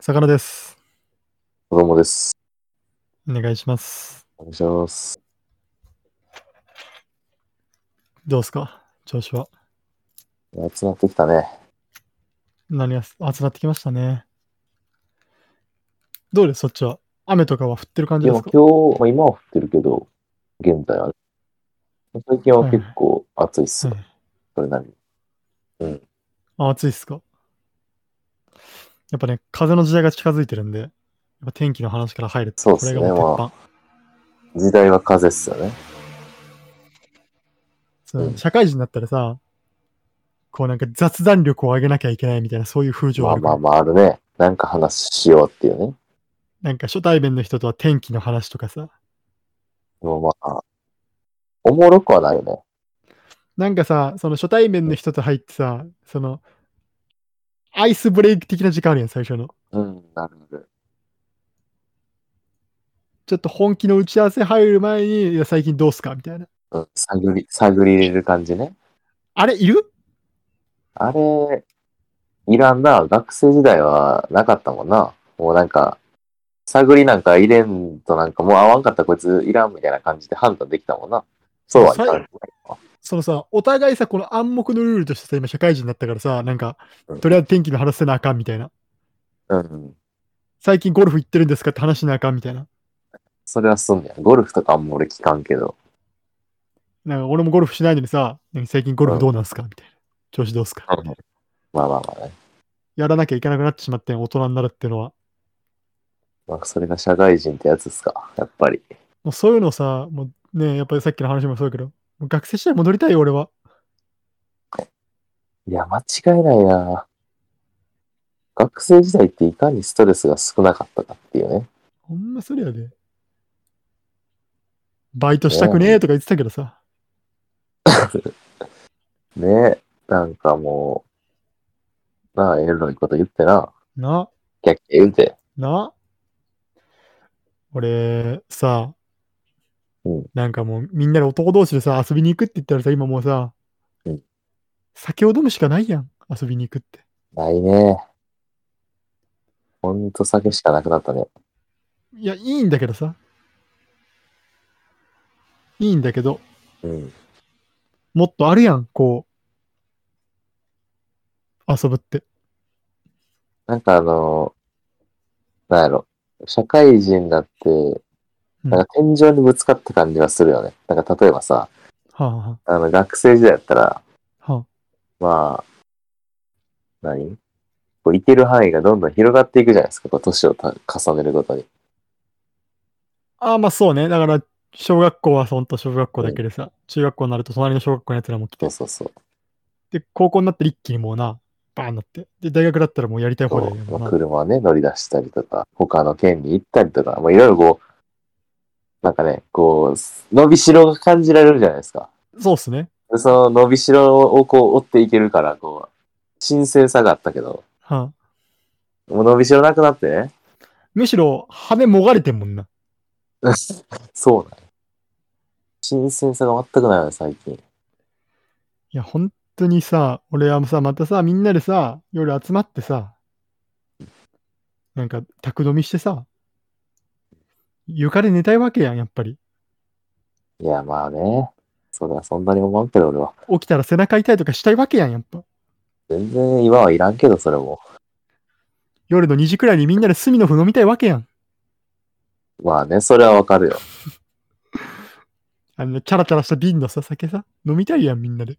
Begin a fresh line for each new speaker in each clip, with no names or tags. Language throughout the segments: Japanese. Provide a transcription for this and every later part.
魚です。
子供です。
お願いします。
お願いします。
どうすか調子は。
暑くなってきたね。
何が暑くなってきましたね。どうですそっちは。雨とかは降ってる感じ
で
で
も
すか
今日、まあ、今は降ってるけど、現在はね、最近は結構暑いっすよ、
はい
それなりに。
あ暑いっすかやっぱね、風の時代が近づいてるんで、やっぱ天気の話から入るって
そうっすね
これがもう鉄板
時代は風っすよね。
そう
うん
社会人になったらさ、こうなんか雑談力を上げなきゃいけないみたいな、そういう風潮
ま
あ
あ
るか
ま
ら、
あまああるね。なんか話しようっていうね。
なんか初対面の人とは天気の話とかさ、
でもまあ、おもろくはないよね。
なんかさ、その初対面の人と入ってさ、その、アイスブレイク的な時間あるやん、最初の。
うん、なるほど。
ちょっと本気の打ち合わせ入る前に、いや、最近どうすかみたいな。
うん、探り、探り入れる感じね。
あれ、いる
あれ、いらんな。学生時代はなかったもんな。もうなんか、探りなんか入れんとなんかもう合わんかったらこいついらんみたいな感じで判断できたもんな。そうはいかん
最そのさ、お互いさ、この暗黙のルールとしてさ、今社会人になったからさ、なんか
う、ん
とりあえず天気の話せなあかんみたいな。
うん。
最近ゴルフ行ってるんですかって話しなあかんみたいな。
それはすんねや。ゴルフとかあんま俺聞かんけど。
なんか、俺もゴルフしないのにさ、なんか最近ゴルフどうなんすかみたいな。調子どうすかみたいな
まあまあまあね。
やらなきゃいけなくなってしまってん、大人になるっていうのは。
まあ、それが社会人ってやつっすか。やっぱり。
もうそういうのさ、もうね、やっぱりさっきの話もそうだけど、もう学生時代戻りたいよ、俺は。
いや、間違いないな。学生時代っていかにストレスが少なかったかっていうね。
ほんまそれやで。バイトしたくねえとか言ってたけどさ。
ねえ。なんかもう、なあ、エロいこと言ってな。
な、
キャッキャ言うて。
な。俺、さ
うん、
なんかもうみんなで男同士でさ、遊びに行くって言ったらさ、今もうさ、
うん
酒を飲むしかないやん、遊びに行くって。
ないね。ほんと酒しかなくなったね。
いや、いいんだけどさ。いいんだけど、
うん。
もっとあるやん、こう。遊ぶって。
なんかあのーなんやろ。社会人だって、なんか天井にぶつかった感じがするよね。なんか例えばさ、
はあ、は
あの学生時代だったら、
あ、はあ。
まあ、何こう行ける範囲がどんどん広がっていくじゃないですか。こう年をた重ねるごとに。
ああ、まあそうね。だから、小学校はほんと小学校だけでさ、中学校になると隣の小学校のやつらも来
そ
て
う、そうそう。
で、高校になって一気にもうな、バーンなって、で、大学だったらもうやりたい
こ
放題
う
だよ
まあ
な。
車ね、乗り出したりとか、他の県に行ったりとか、もういろいろこう、なんかね、こう、伸びしろが感じられるじゃないですか。
そうっすね。
でその伸びしろをこう追っていけるから、こう、新鮮さがあったけど、
はあ、
もう伸びしろなくなってね。
むしろ、羽もがれてんもんな。
そうなんや新鮮さが全くないよね、最近。
いや、本当にさ、俺はさ、またさ、みんなでさ、夜集まってさ、なんか、宅飲みしてさ、床で寝たいわけやん、やっぱり。
いや、まあね。それはそんなに思わんけど、俺は。
起きたら背中痛いとかしたいわけやん、やっぱ。
全然今はいらんけど、それも。
夜の2時くらいにみんなでスミノフ飲みたいわけやん。
まあね、それはわかるよ。
あの、チャラチャラした瓶のさ、酒さ、飲みたいやん、みんなで。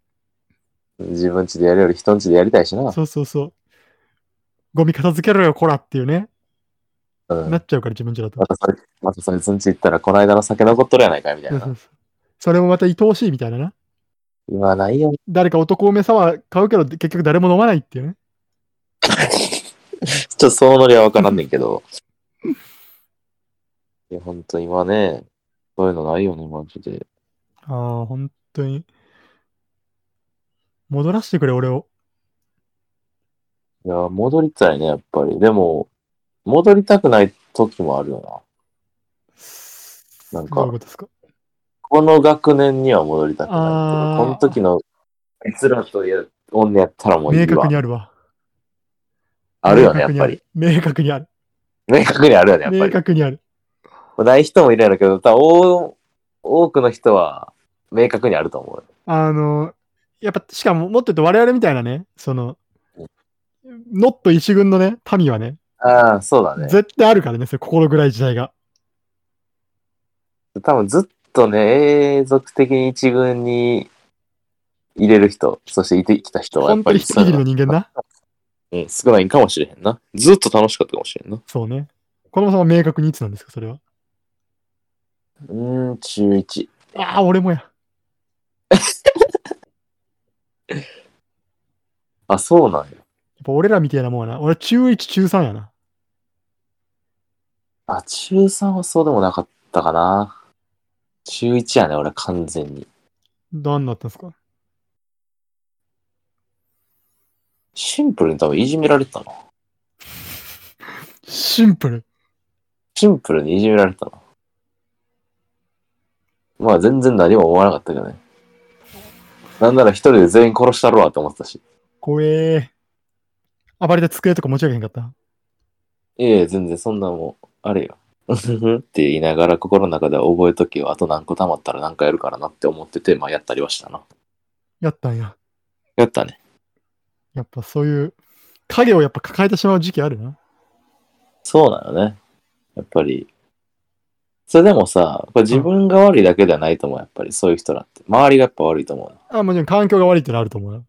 自分家でやるより人ん家でやりたいしな。
そうそうそう。ゴミ片付けろよ、こらっていうね。
うん。
なっちゃうから、自分ちだと
ま。たそれ、またそれ、つんち行ったら、この間の酒残っとるやないか、みたい
そうそ
な
う。そうそれもまた愛おしいみたいなな。
今ないよ。
誰か男梅サワー買うけど、結局誰も飲まないっていうね。
ちょっとそのノリはわからんねんけど。いや、ほんと今ね、そういうのないよね、マジで。
ああ、本当に。戻らせてくれ、俺を。
いや、戻りたいね、やっぱり。でも、戻りたくない時もあるよな。なんか
どういうことですか
この学年には戻りたくない
あー
っていうか。この時の、いつらとや、おんねやったらもうい
明
いわ
確に。あるわ。
あるよ
明
ね、やっ
確に
ぱり。。
明確にある。
明確にあるよね、やっぱ
明
り。
確にある。
まあない人もいるやろうけど、多分多多くの人は明確にあると思う。
あの、やっぱ、しかも、もっと言うと我々みたいなね、その
う、
ノット一軍のね、民はね、
ああ、そうだね。
絶対あるからね、それ心暗い時代が。
多分ずっとね、永続的に一軍に入れる人、そしていてきた人はやっ
本
ぱ
当に
り
一握りの人間な。
うん、少ないんかもしれへんな。ずっと楽しかったかもしれんな。
そうね。子供さんは明確にいつなんですか、それは。
うーん、中1。
ああ、俺もや。
あ、そうなんや。
やっぱ俺らみたいなもんやな。俺中1、中3やな。
あ、中3はそうでもなかったかな。中1やね、俺完全に。
どんなだったんですか
シンプルに多分いじめられてたな。
シンプル。
シンプルにいじめられてたな。まあ全然何も思わなかったけどね。なんなら一人で全員殺したろわって思ってたし。
怖えー。暴れて机とか持ち上げへんかった。
いやいや、全然そんなもう、あれよ。 うふふって言いながら心の中では覚えとけよ。あと何個溜まったら何かやるからなって思ってて、まあやったりはしたな。
やったんや。
やったね。
やっぱそういう影をやっぱ抱えてしまう時期あるな。
そうなのね。やっぱり。それでもさ、これ自分が悪いだけではないと思う。やっぱりそういう人だって。周りがやっぱ悪いと思
あもちろん環境が悪いってのはあると思うよ。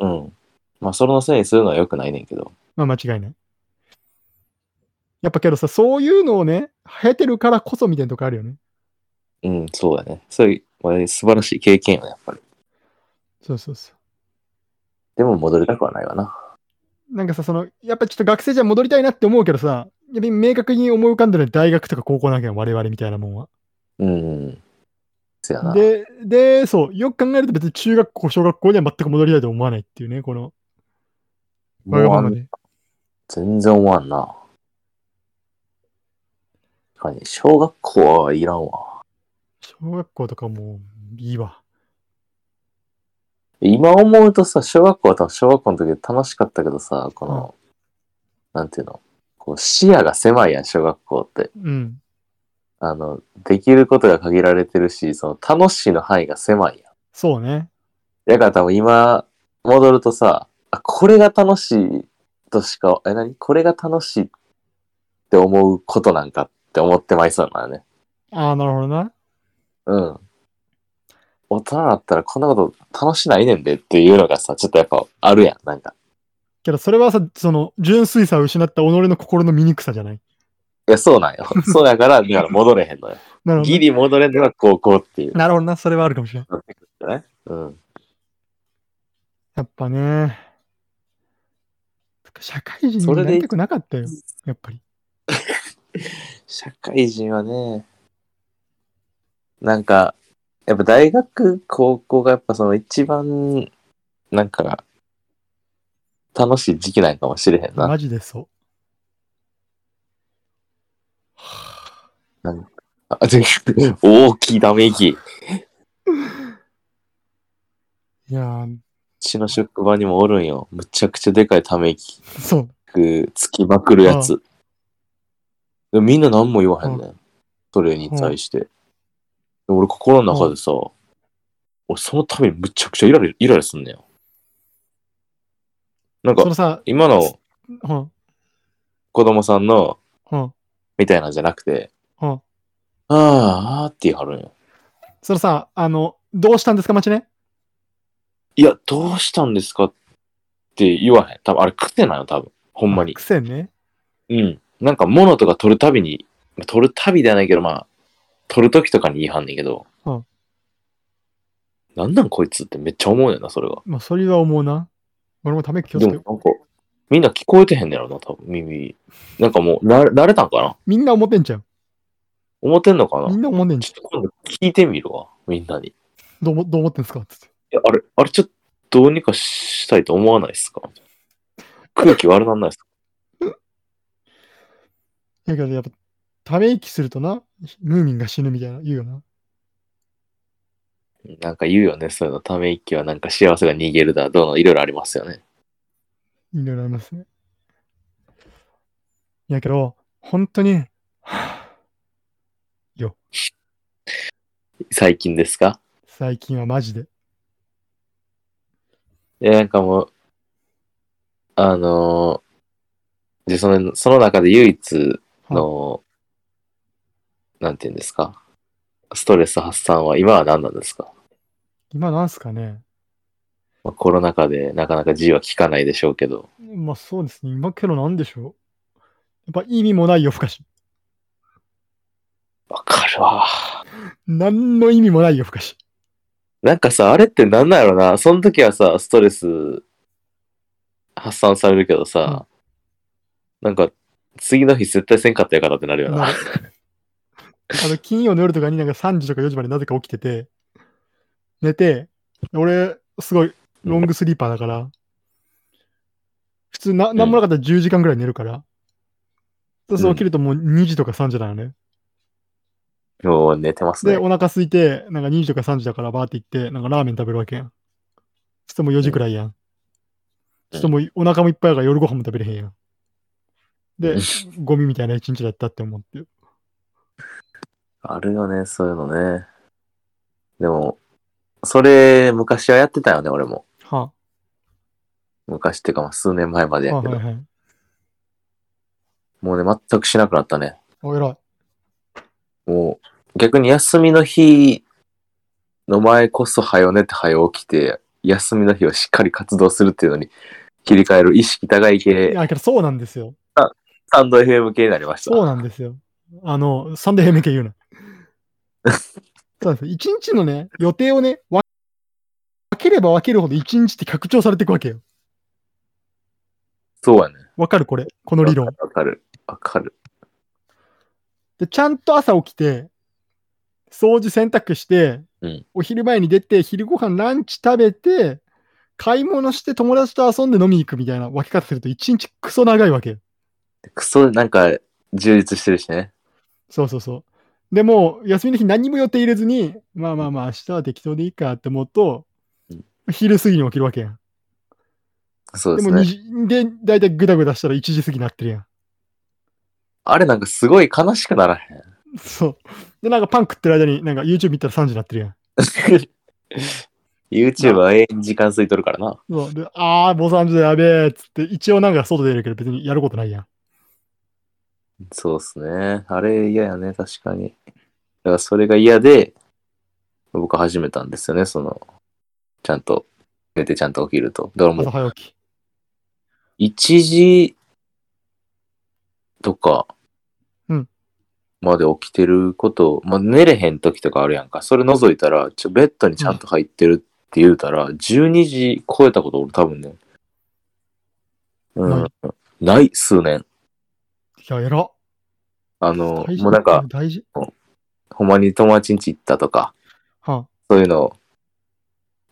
う。うん。まあそのせいにするのは良くないねんけど。
まあ間違いない。やっぱけどさ、そういうのをね、経てるからこそみたいなとこあるよね。
うん、そうだね。そういう、まあ素晴らしい経験よね、やっぱり。
そうそうそ
でも戻りたくはないわな。
う。なんかさ、その、やっぱちょっと学生じゃ戻りたいなって思うけどさ、やっぱ明確に思い浮かんでるのは大学とか高校なわけよ、我々みたいなもんは。
うん。そやな。
で、で、そう、よく考えると別に中学校、小学校には全く戻りたいと思わないっていうね、この、
も
わが
うあ
まま
ん
で。
全然思わんな。確かに、小学校はいらんわ。
小学校とかもういいわ。
今思うとさ、小学校は多分小学校の時楽しかったけどさ、この、なんていうの、こう視野が狭いやん、小学校って。
うん。
あの、できることが限られてるし、その楽しいの範囲が狭いや
そうね。
ん。だから多分今、戻るとさ、あ、これが楽しいとしか、え、何これが楽しいって思うことなんかって思ってまいそうだね。
ああ、なるほどな。
うん。大人だったらこんなこと楽しないねんでっていうのがさ、ちょっとやっぱあるやん、なんか。
けど、それはさ、その、純粋さを失った己の心の醜さじゃない。
いや、そう なんよ。そうやから、だから戻れへんのよ。
なるほど
ギ
ね。
リ戻れんのが高校っていう。
なるほどな、それはあるかもしれない。
ね、うん。
やっぱね。社会人
そ
に
れ
な
で
りたくなかったよ。やっぱり。
社会人はね、なんか、やっぱ大学、高校がやっぱその一番、なんか、楽しい時期なんかもしれへんな。
マジでそう。
あで大きいダメ息。
いやー、
うちの職場にもおるんよ。むちゃくちゃでかいため息。
そう。
くつきまくるやつ。でみんな何も言わへんねん。それに対して。で俺心の中でさ、俺そのためにむちゃくちゃイライライライラすんねんよ。なん
そ
か
のさ、
今の
うん、
子供さんの
うん、
みたいなんじゃなくて、
うん。
あーあーって言い張るんよ。
そのさ、あの、どうしたんですか、町ね。
いや、どうしたんですかって言わへん。多分あれ癖なの多分。ほんまに
く。せんね。
うん。なんか物とか取るたびに、まあ取るたびではないけど、まあ、取るときとかに言いはんねんけど、
うん
なんなんこいつってめっちゃ思うねんな、それが。
まあ、それは思うな。俺もため息気をつ
で
け
も
よ
な
うん
か、みんな聞こえてへんねやろな、多分耳。なんかもう、な、慣れたんかな
みんな思ってんじゃん。
思ってんのかな
みんな思ってんじ
ちょっと今度聞いてみるわ、みんなに。い
ゃん。どうもどう思ってんすかつって。
や、あれ、あれちょっとどうにかしたいと思わないですか空気悪なんないですか
だけど、やっぱ、ため息するとな、ムーミンが死ぬみたいな言うよな。
なんか言うよね、そういうの。ため息はなんか幸せが逃げるだ、どうの、いろいろありますよね。
いろいろありますね。やけど、本当に、はあ
最近ですか
最近はマジで。
いや、なんかもう、あのーで、その、その中で唯一の、なんていうんですかストレス発散は今は何なんですか、
今なんすかね。
まあ、コロナ禍でなかなか G は効かないでしょうけど、
まあそうですね。今けどなんでしょう。やっぱ意味もない夜更かし。
わかるわ。
何の意味もない夜更かし。
なんかさ、あれってなんなんやろな。その時はさ、ストレス発散されるけどさ、なんか次の日絶対せんかったやからってなるよ
な
な。
るあの金曜の夜とかになんか3時とか4時までなぜか起きてて、寝て、俺、すごいロングスリーパーだから、普通な、なんもなかったら10時間ぐらい寝るから、そうすると起きるともう2時とか3時なのね。
もう寝てます
で、
ね。
お腹空いて、なんか2時とか3時だからバーって行って、なんかラーメン食べるわけやん。ちょっともう4時くらいやん。ちょっともうお腹もいっぱいやから夜ご飯も食べれへんやん。で
うん、
ゴミみたいな一日だったって思ってる。
あるよね、そういうのね。でも、それ、昔はやってたよね、俺も。
は
昔っていうか、まあ数年前まで
あ、
や
は
け
い
ど。
はいはい。
もうね、全くしなくなったね。
お、偉い。
もう、逆に休みの日の前こそ、早寝て早起きて、休みの日をしっかり活動するっていうのに切り替える意識高い
い
系、
や、けどそうなんですよ。
スタンド FM 系になりました。
そうなんですよ。あの、サンデー MK 言うな。そうなんですよ。一日のね、予定をね、分ければ分けるほど一日って拡張されていくわけよ。
そうやね。
わかるこれ。この理論。
わかる。わかる。
で、ちゃんと朝起きて、掃除洗濯して、
うん
お昼前に出て、昼ご飯ランチ食べて、買い物して友達と遊んで飲みに行くみたいな分け方すると一日クソ長いわけよ。
クソ、なんか、充実してるしね。
そうそうそう。でも、休みの日何も予定入れずに、まあまあまあ、明日は適当でいいかって思うと
う、
昼過ぎに起きるわけやん。
そう
で
です
も
ね。
2時、で、だいたいグダグダしたら1時過ぎになってるやん。
あれなんかすごい悲しくならへん。
そう。で、なんかパン食ってる間に、なんか YouTube 見たら3時になってるやん。
YouTube は永遠に時間過いとるからな。
そう。で、あー、もう3時だやべえっつって、一応なんか外出るけど別にやることないやん。
そうっすね。あれ嫌やね、確かに。だからそれが嫌で、僕始めたんですよね、その、ちゃんと、寝てちゃんと起きると。だからも
朝
う、
早起き。
1時とか
うん、
まで起きてること、まあ、寝れへん時とかあるやんか。それ除いたら、ちょ、ベッドにちゃんと入ってるって言うたら、12時超えたこと俺多分ね、う
なんい、
ない、数年。
いや、偉っ。
あの、
大事
もうなんか、、
大事。
ほんまに友達ん家行ったとか、
は
そういうの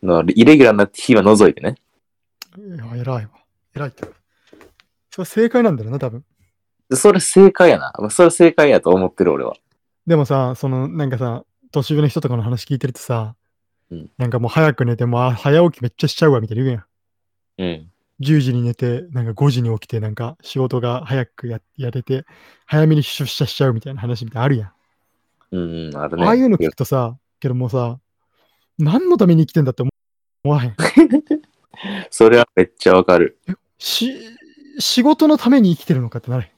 の、イレギュラーな日は除いてね。
あ、いや、偉いわ。偉いって。それ正解なんだろうな、多分。
それ正解やな。まあそれ正解やと思ってる俺は。
でもさ、その、なんかさ、年上の人とかの話聞いてるとさ、
うん
なんかもう早く寝て、もうあ早起きめっちゃしちゃうわ、みたいな言うやん。
うん。
10時に寝て、なんか5時に起きて、なんか仕事が早くややれて、早めに出社しちゃうみたいな話みたいなのあるやん。
うんうん、あるね。
ああいうの聞くとさ、けどもうさ、何のために生きてんだって思思わへん。
それはめっちゃわかる。
し、仕事のために生きてるのかってなれへん。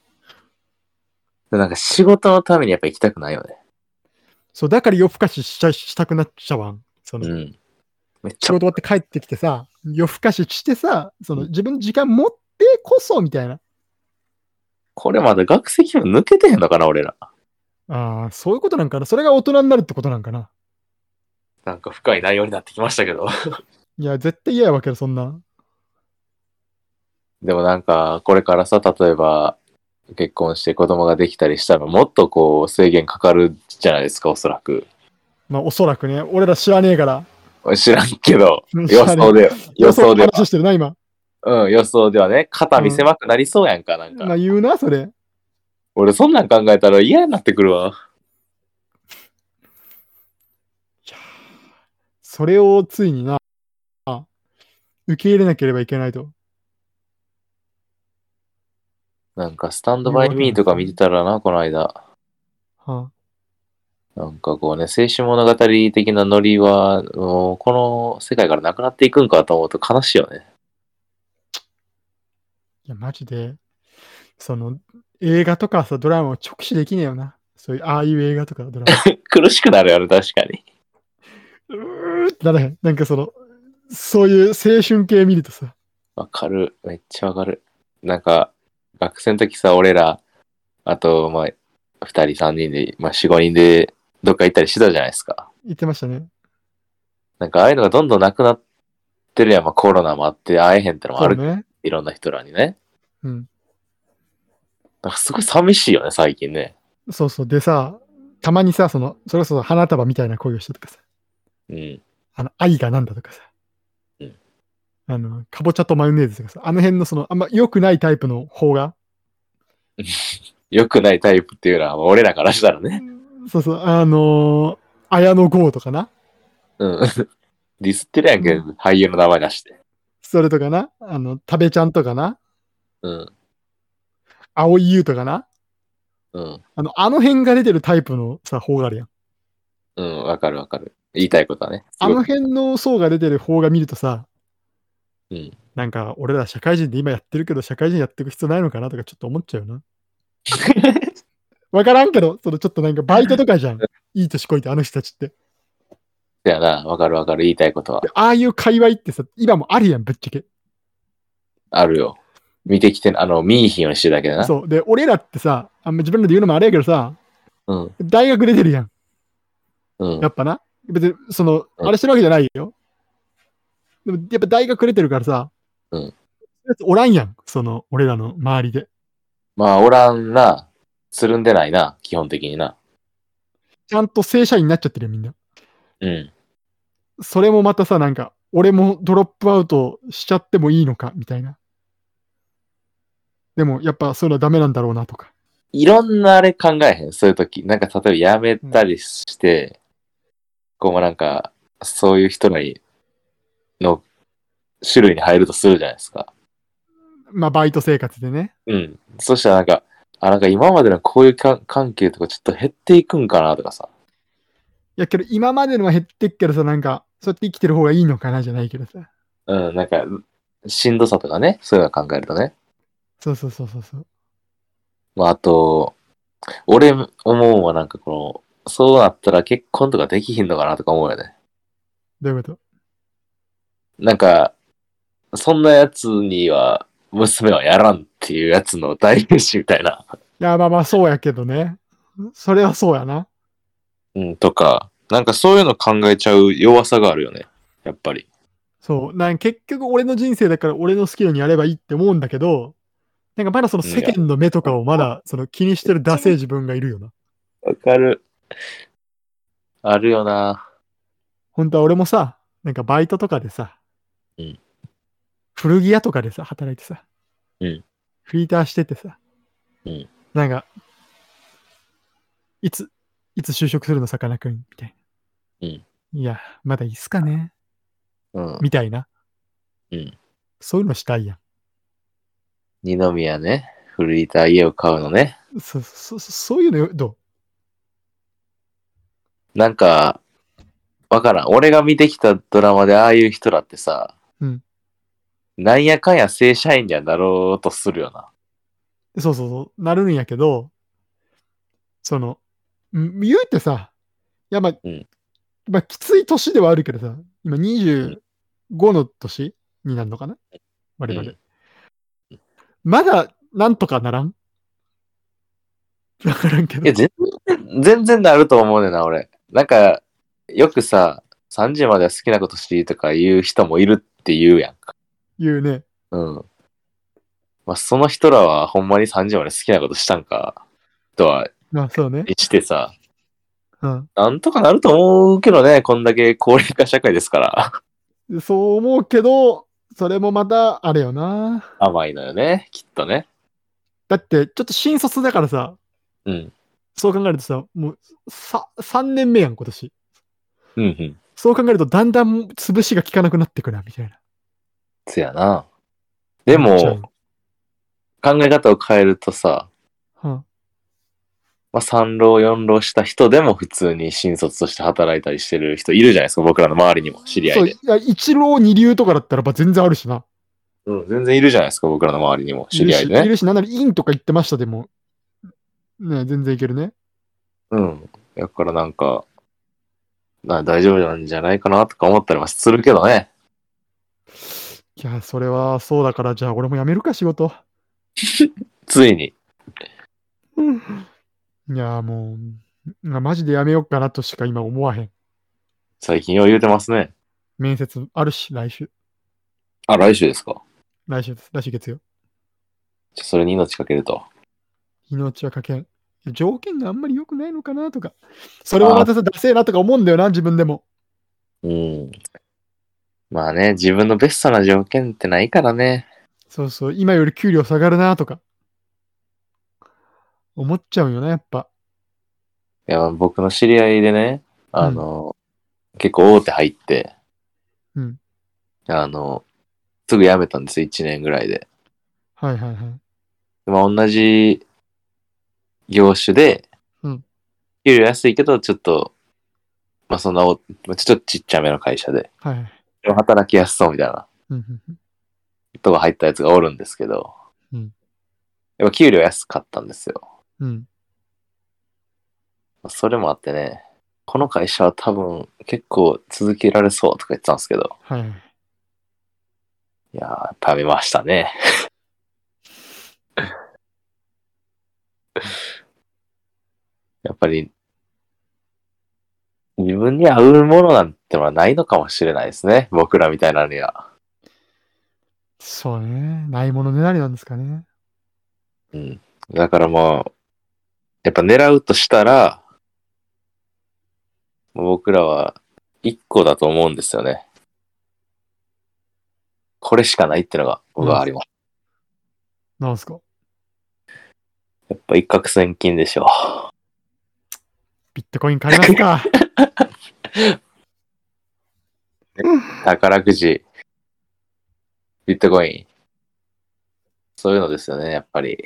でなんか仕事のためにやっぱ行きたくないよね。
そう、だから夜更かししちゃしたくなっちゃうわん。その、
う
仕
ん。めっちゃ
事終わって帰ってきてさ、夜更かししてさ、その自分の時間持ってこそみたいな。
これまだ学籍も抜けてへんのかな、俺ら。
ああ、そういうことなんかな。それが大人になるってことなんかな。
なんか深い内容になってきましたけど。
いや、絶対嫌やわけよ、そんな。
でもなんか、これからさ、例えば、結婚して子供ができたりしたら、もっとこう、制限かかるじゃないですか、おそらく。
まあ、おそらくね、俺ら知らねえから。
知らんけど、
うん
予
知らねえ
想で、予想 で
予。話してるな、今。
うん、予想ではね、肩見せまくなりそうやんか、なんか。
まあ、言うな、それ。
俺、そんなん考えたら嫌になってくるわ。
それをついにな、受け入れなければいけないと。
なんか、スタンドバイミーとか見てたらな、この間。
は
なんかこうね、青春物語的なノリは、もうこの世界からなくなっていくんかと思うと悲しいよね。
いや、マジで、その、映画とかさ、ドラマを直視できねえよな。そういう、ああいう映画とかドラ マ。
苦しくなるよね、確かに。
うーってならへん。なんかその、そういう青春系見るとさ、
わかる。めっちゃわかる。なんか、学生の時さ、俺ら、あと、まあ、二人、三人で、まあ、四、五人で、どっか行ったりしてたじゃないですか。
言ってましたね。
なんか、ああいうのがどんどんなくなってるやん。まあ、コロナもあって、会えへんってのもあ
そう
る、
ね。
いろんな人らにね。
うん。
なんか、すごい寂しいよね、最近ね。
そうそう。でさ、たまにさ、その、それこそ花束みたいな恋をしたとかさ、
うん。
あの、愛がなんだとかさ、
うん
あの、かぼちゃとマヨネーズとかさ、あの辺のその、あんま良くないタイプの方が、
良くないタイプっていうのは、まあ俺らからしたらね。
そうそう、あのー、綾野剛とかな、
うん。ディスってるやんけ、俳優の名前出して。
それとかな、あの、食べちゃんとかな、
うん。
青井優とかな、
うん。
あの、あの辺が出てるタイプのさ、方があるやん。
うん。わかるわかる。言いたいことはね。
あの辺の層が出てる方が見るとさ、
うん
なんか俺ら社会人で今やってるけど社会人やっていく必要ないのかなとかちょっと思っちゃうよな。わからんけど、そのちょっとなんかバイトとかじゃん。いい年こいてあの人たちって。
だよな。わかるわかる。言いたいことは
で。ああいう界隈ってさ、今もあるやん、ぶっちゃけ。
あるよ。見てきて、あの、見いひんようにしてるだけだな。
そう。で、俺らってさ、あんま自分らで言うのもあれやけどさ、
うん。
大学出てるやん。
うん
や。っぱな。別に、その、
うん
あれしてるわけじゃないよ。でも、やっぱ大学出てるからさ、
うん
そういうやつおらんやん。その、俺らの周りで。
まあ、おらんな。つるんでないな。基本的にな。
ちゃんと正社員になっちゃってるよ、みんな。
うん。
それもまたさ、なんか、俺もドロップアウトしちゃってもいいのか、みたいな。でも、やっぱそういうのはダメなんだろうなとか。
いろんなあれ考えへん。そういう時。なんか、例えば、やめたりして、こう、まあなんか、そういう人のいの種類に入るとするじゃないですか。
まあ、バイト生活でね。
うん。そしたら、なんか、あ、なんか今までのこういうか関係とかちょっと減っていくんかなとかさ。
いやけど、今までのは減ってっけどさ、なんか、そうやって生きてる方がいいのかな、じゃないけどさ。
うん。なんか、しんどさとかね。そういうの考えるとね。
そうそうそうそうそう。
まあ、あと、俺思うのはなんかこの、そうなったら結婚とかできひんのかなとか思うよね。
どういうこと
なんか、そんなやつには娘はやらんっていうやつの代名詞みたいな、
いや、まあまあ、そうやけどね。それはそうやな。
うん、とか、なんかそういうの考えちゃう弱さがあるよね。やっぱり。
そう。なん結局、俺の人生だから、俺の好きなようにやればいいって思うんだけど、なんかまだその世間の目とかをまだその気にしてるダセえ自分がいるよな。
わかる。あるよな。
本当は俺もさ、なんかバイトとかでさ、
うん
古着屋とかでさ、働いてさ、
うん
フリーターしててさ、
うん
なんか、いつ、いつ就職するの、さかなクンみたいな。いや、まだいいっすかね
うん。
みたいな。
うん
そういうのしたいや
二宮ね。フリーター家を買うのね。
ん。そ、そ、そそういうのよ、ど
なんか、わからん。俺が見てきたドラマでああいう人らってさ、
うん
なんやかんや正社員にはなろうとするよな。
うそうそうそう、なるんやけど、その、ん言うてさ、いや、まあ、
うん
まあ、きつい年ではあるけどさ、今25の年になるのかな我々。
うん
まだ、なんとかならんわからんけ
いや、
ど。
全然、全然なると思うねんな、俺。なんか、よくさ、3時までは好きなことしとか言う人もいるって言うやんか。
言うね。
うん。まあ、その人らはほんまに3時まで好きなことしたんか、とは、
まあ、そうね。
してさ、
うん
なんとかなると思うけどね、こんだけ高齢化社会ですから。
で。そう思うけど、それもまた、あれよな。
甘いのよね、きっとね。
だって、ちょっと新卒だからさ、
うん。
そう考えるとさ、もう、さ、3年目やん、今年。
うんうん。
そう考えると、だんだん潰しが効かなくなってくな、みたいな。
せやな。で
なっちゃう
も、考え方を変えるとさ、
は
まあ、3浪4浪した人でも普通に新卒として働いたりしてる人いるじゃないですか、僕らの周りにも、知り
い、
合
そ
いうで
い。や一郎二流とかだったらば全然あるしな。
うん、全然いるじゃないですか、僕らの周りにも、知り合い
る
で
しい
ね。
るし、なんならインとか言ってましたでも。ね全然いけるね。
うん。だからなんか、な大丈夫なんじゃないかなとか思ったりもするけどね。
いや、それはそうだから、じゃあ俺も辞めるか、仕事。
ついに。
いや、もう、まあマジで辞めようかなとしか今思わへん。
最近よう言うてますね。
面接あるし、来週。
あ、来週ですか。
来週です。来週月曜。
じゃあそれに命かけると。
命はかけん。条件があんまり良くないのかなとか。それもまたさ、ダセえなとか思うんだよな、自分でも。
うん。まあね、自分のベストな条件ってないからね。
そうそう、今より給料下がるなとか。思っちゃうよな、やっぱ。
いや、僕の知り合いでね、あの、結構大手入って、
うん
あの、すぐ辞めたんですよ、1年ぐらいで。
はいはいはい。
まあ、同じ業種で、
うん
給料安いけど、ちょっと、まあ、そんなお、ちょっとちっちゃめの会社で、
はいはい。
でも働きやすそうみたいな
うんうんうん
とこ入ったやつがおるんですけど、
うん
やっぱ給料安かったんですよ。
うん。
それもあってね、この会社は多分結構続けられそうとか言ってたんですけど、
はいはい。
いやー、食べましたね。 やっぱり、自分に合うものなんてのはないのかもしれないですね。僕らみたいなのには。
そうね。ないものねだりなんですかね。
うん。だからまあ、やっぱ狙うとしたら、僕らは一個だと思うんですよね。これしかないってのが僕はあります。
なんすか
やっぱ一攫千金でしょう。
ビットコイン買いますか
宝くじ、ビットコイン。そういうのですよね、やっぱり。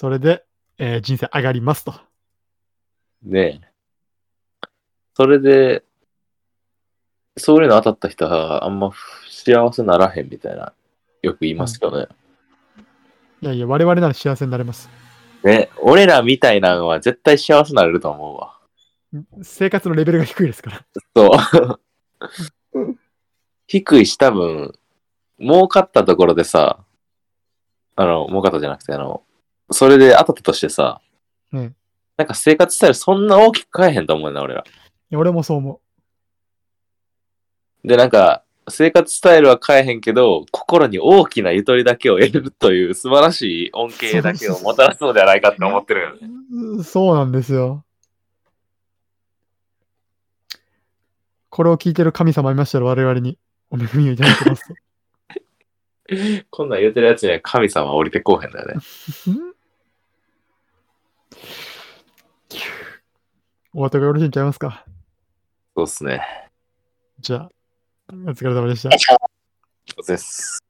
それで、えー人生上がりますと。
ねえそれで、そういうの当たった人はあんま幸せならへんみたいな、よく言いますけどね。
いやいや、我々なら幸せになれます。
ね、俺らみたいなのは絶対幸せになれると思うわ。
生活のレベルが低いですから。
そう。 低いし多分、儲かったところでさ、あの、儲かったじゃなくて、あの、それで当たったとしてさ、
うん
なんか生活スタイルそんな大きく変えへんと思うな、俺ら。
いや俺もそう思
で、なんか、生活スタイルは変えへんけど、心に大きなゆとりだけを得るという素晴らしい恩恵だけをもたらすのではないかって思ってるよね。
うう。そうなんですよ。これを聞いてる神様いましたら我々にお恵みをいただきますと。
こんなん言うてるやつには神様は降りてこうへんだよね。
んお後がよろしいんちゃいますか
そうっすね。
じゃあ、お疲れ様でした。
そうです。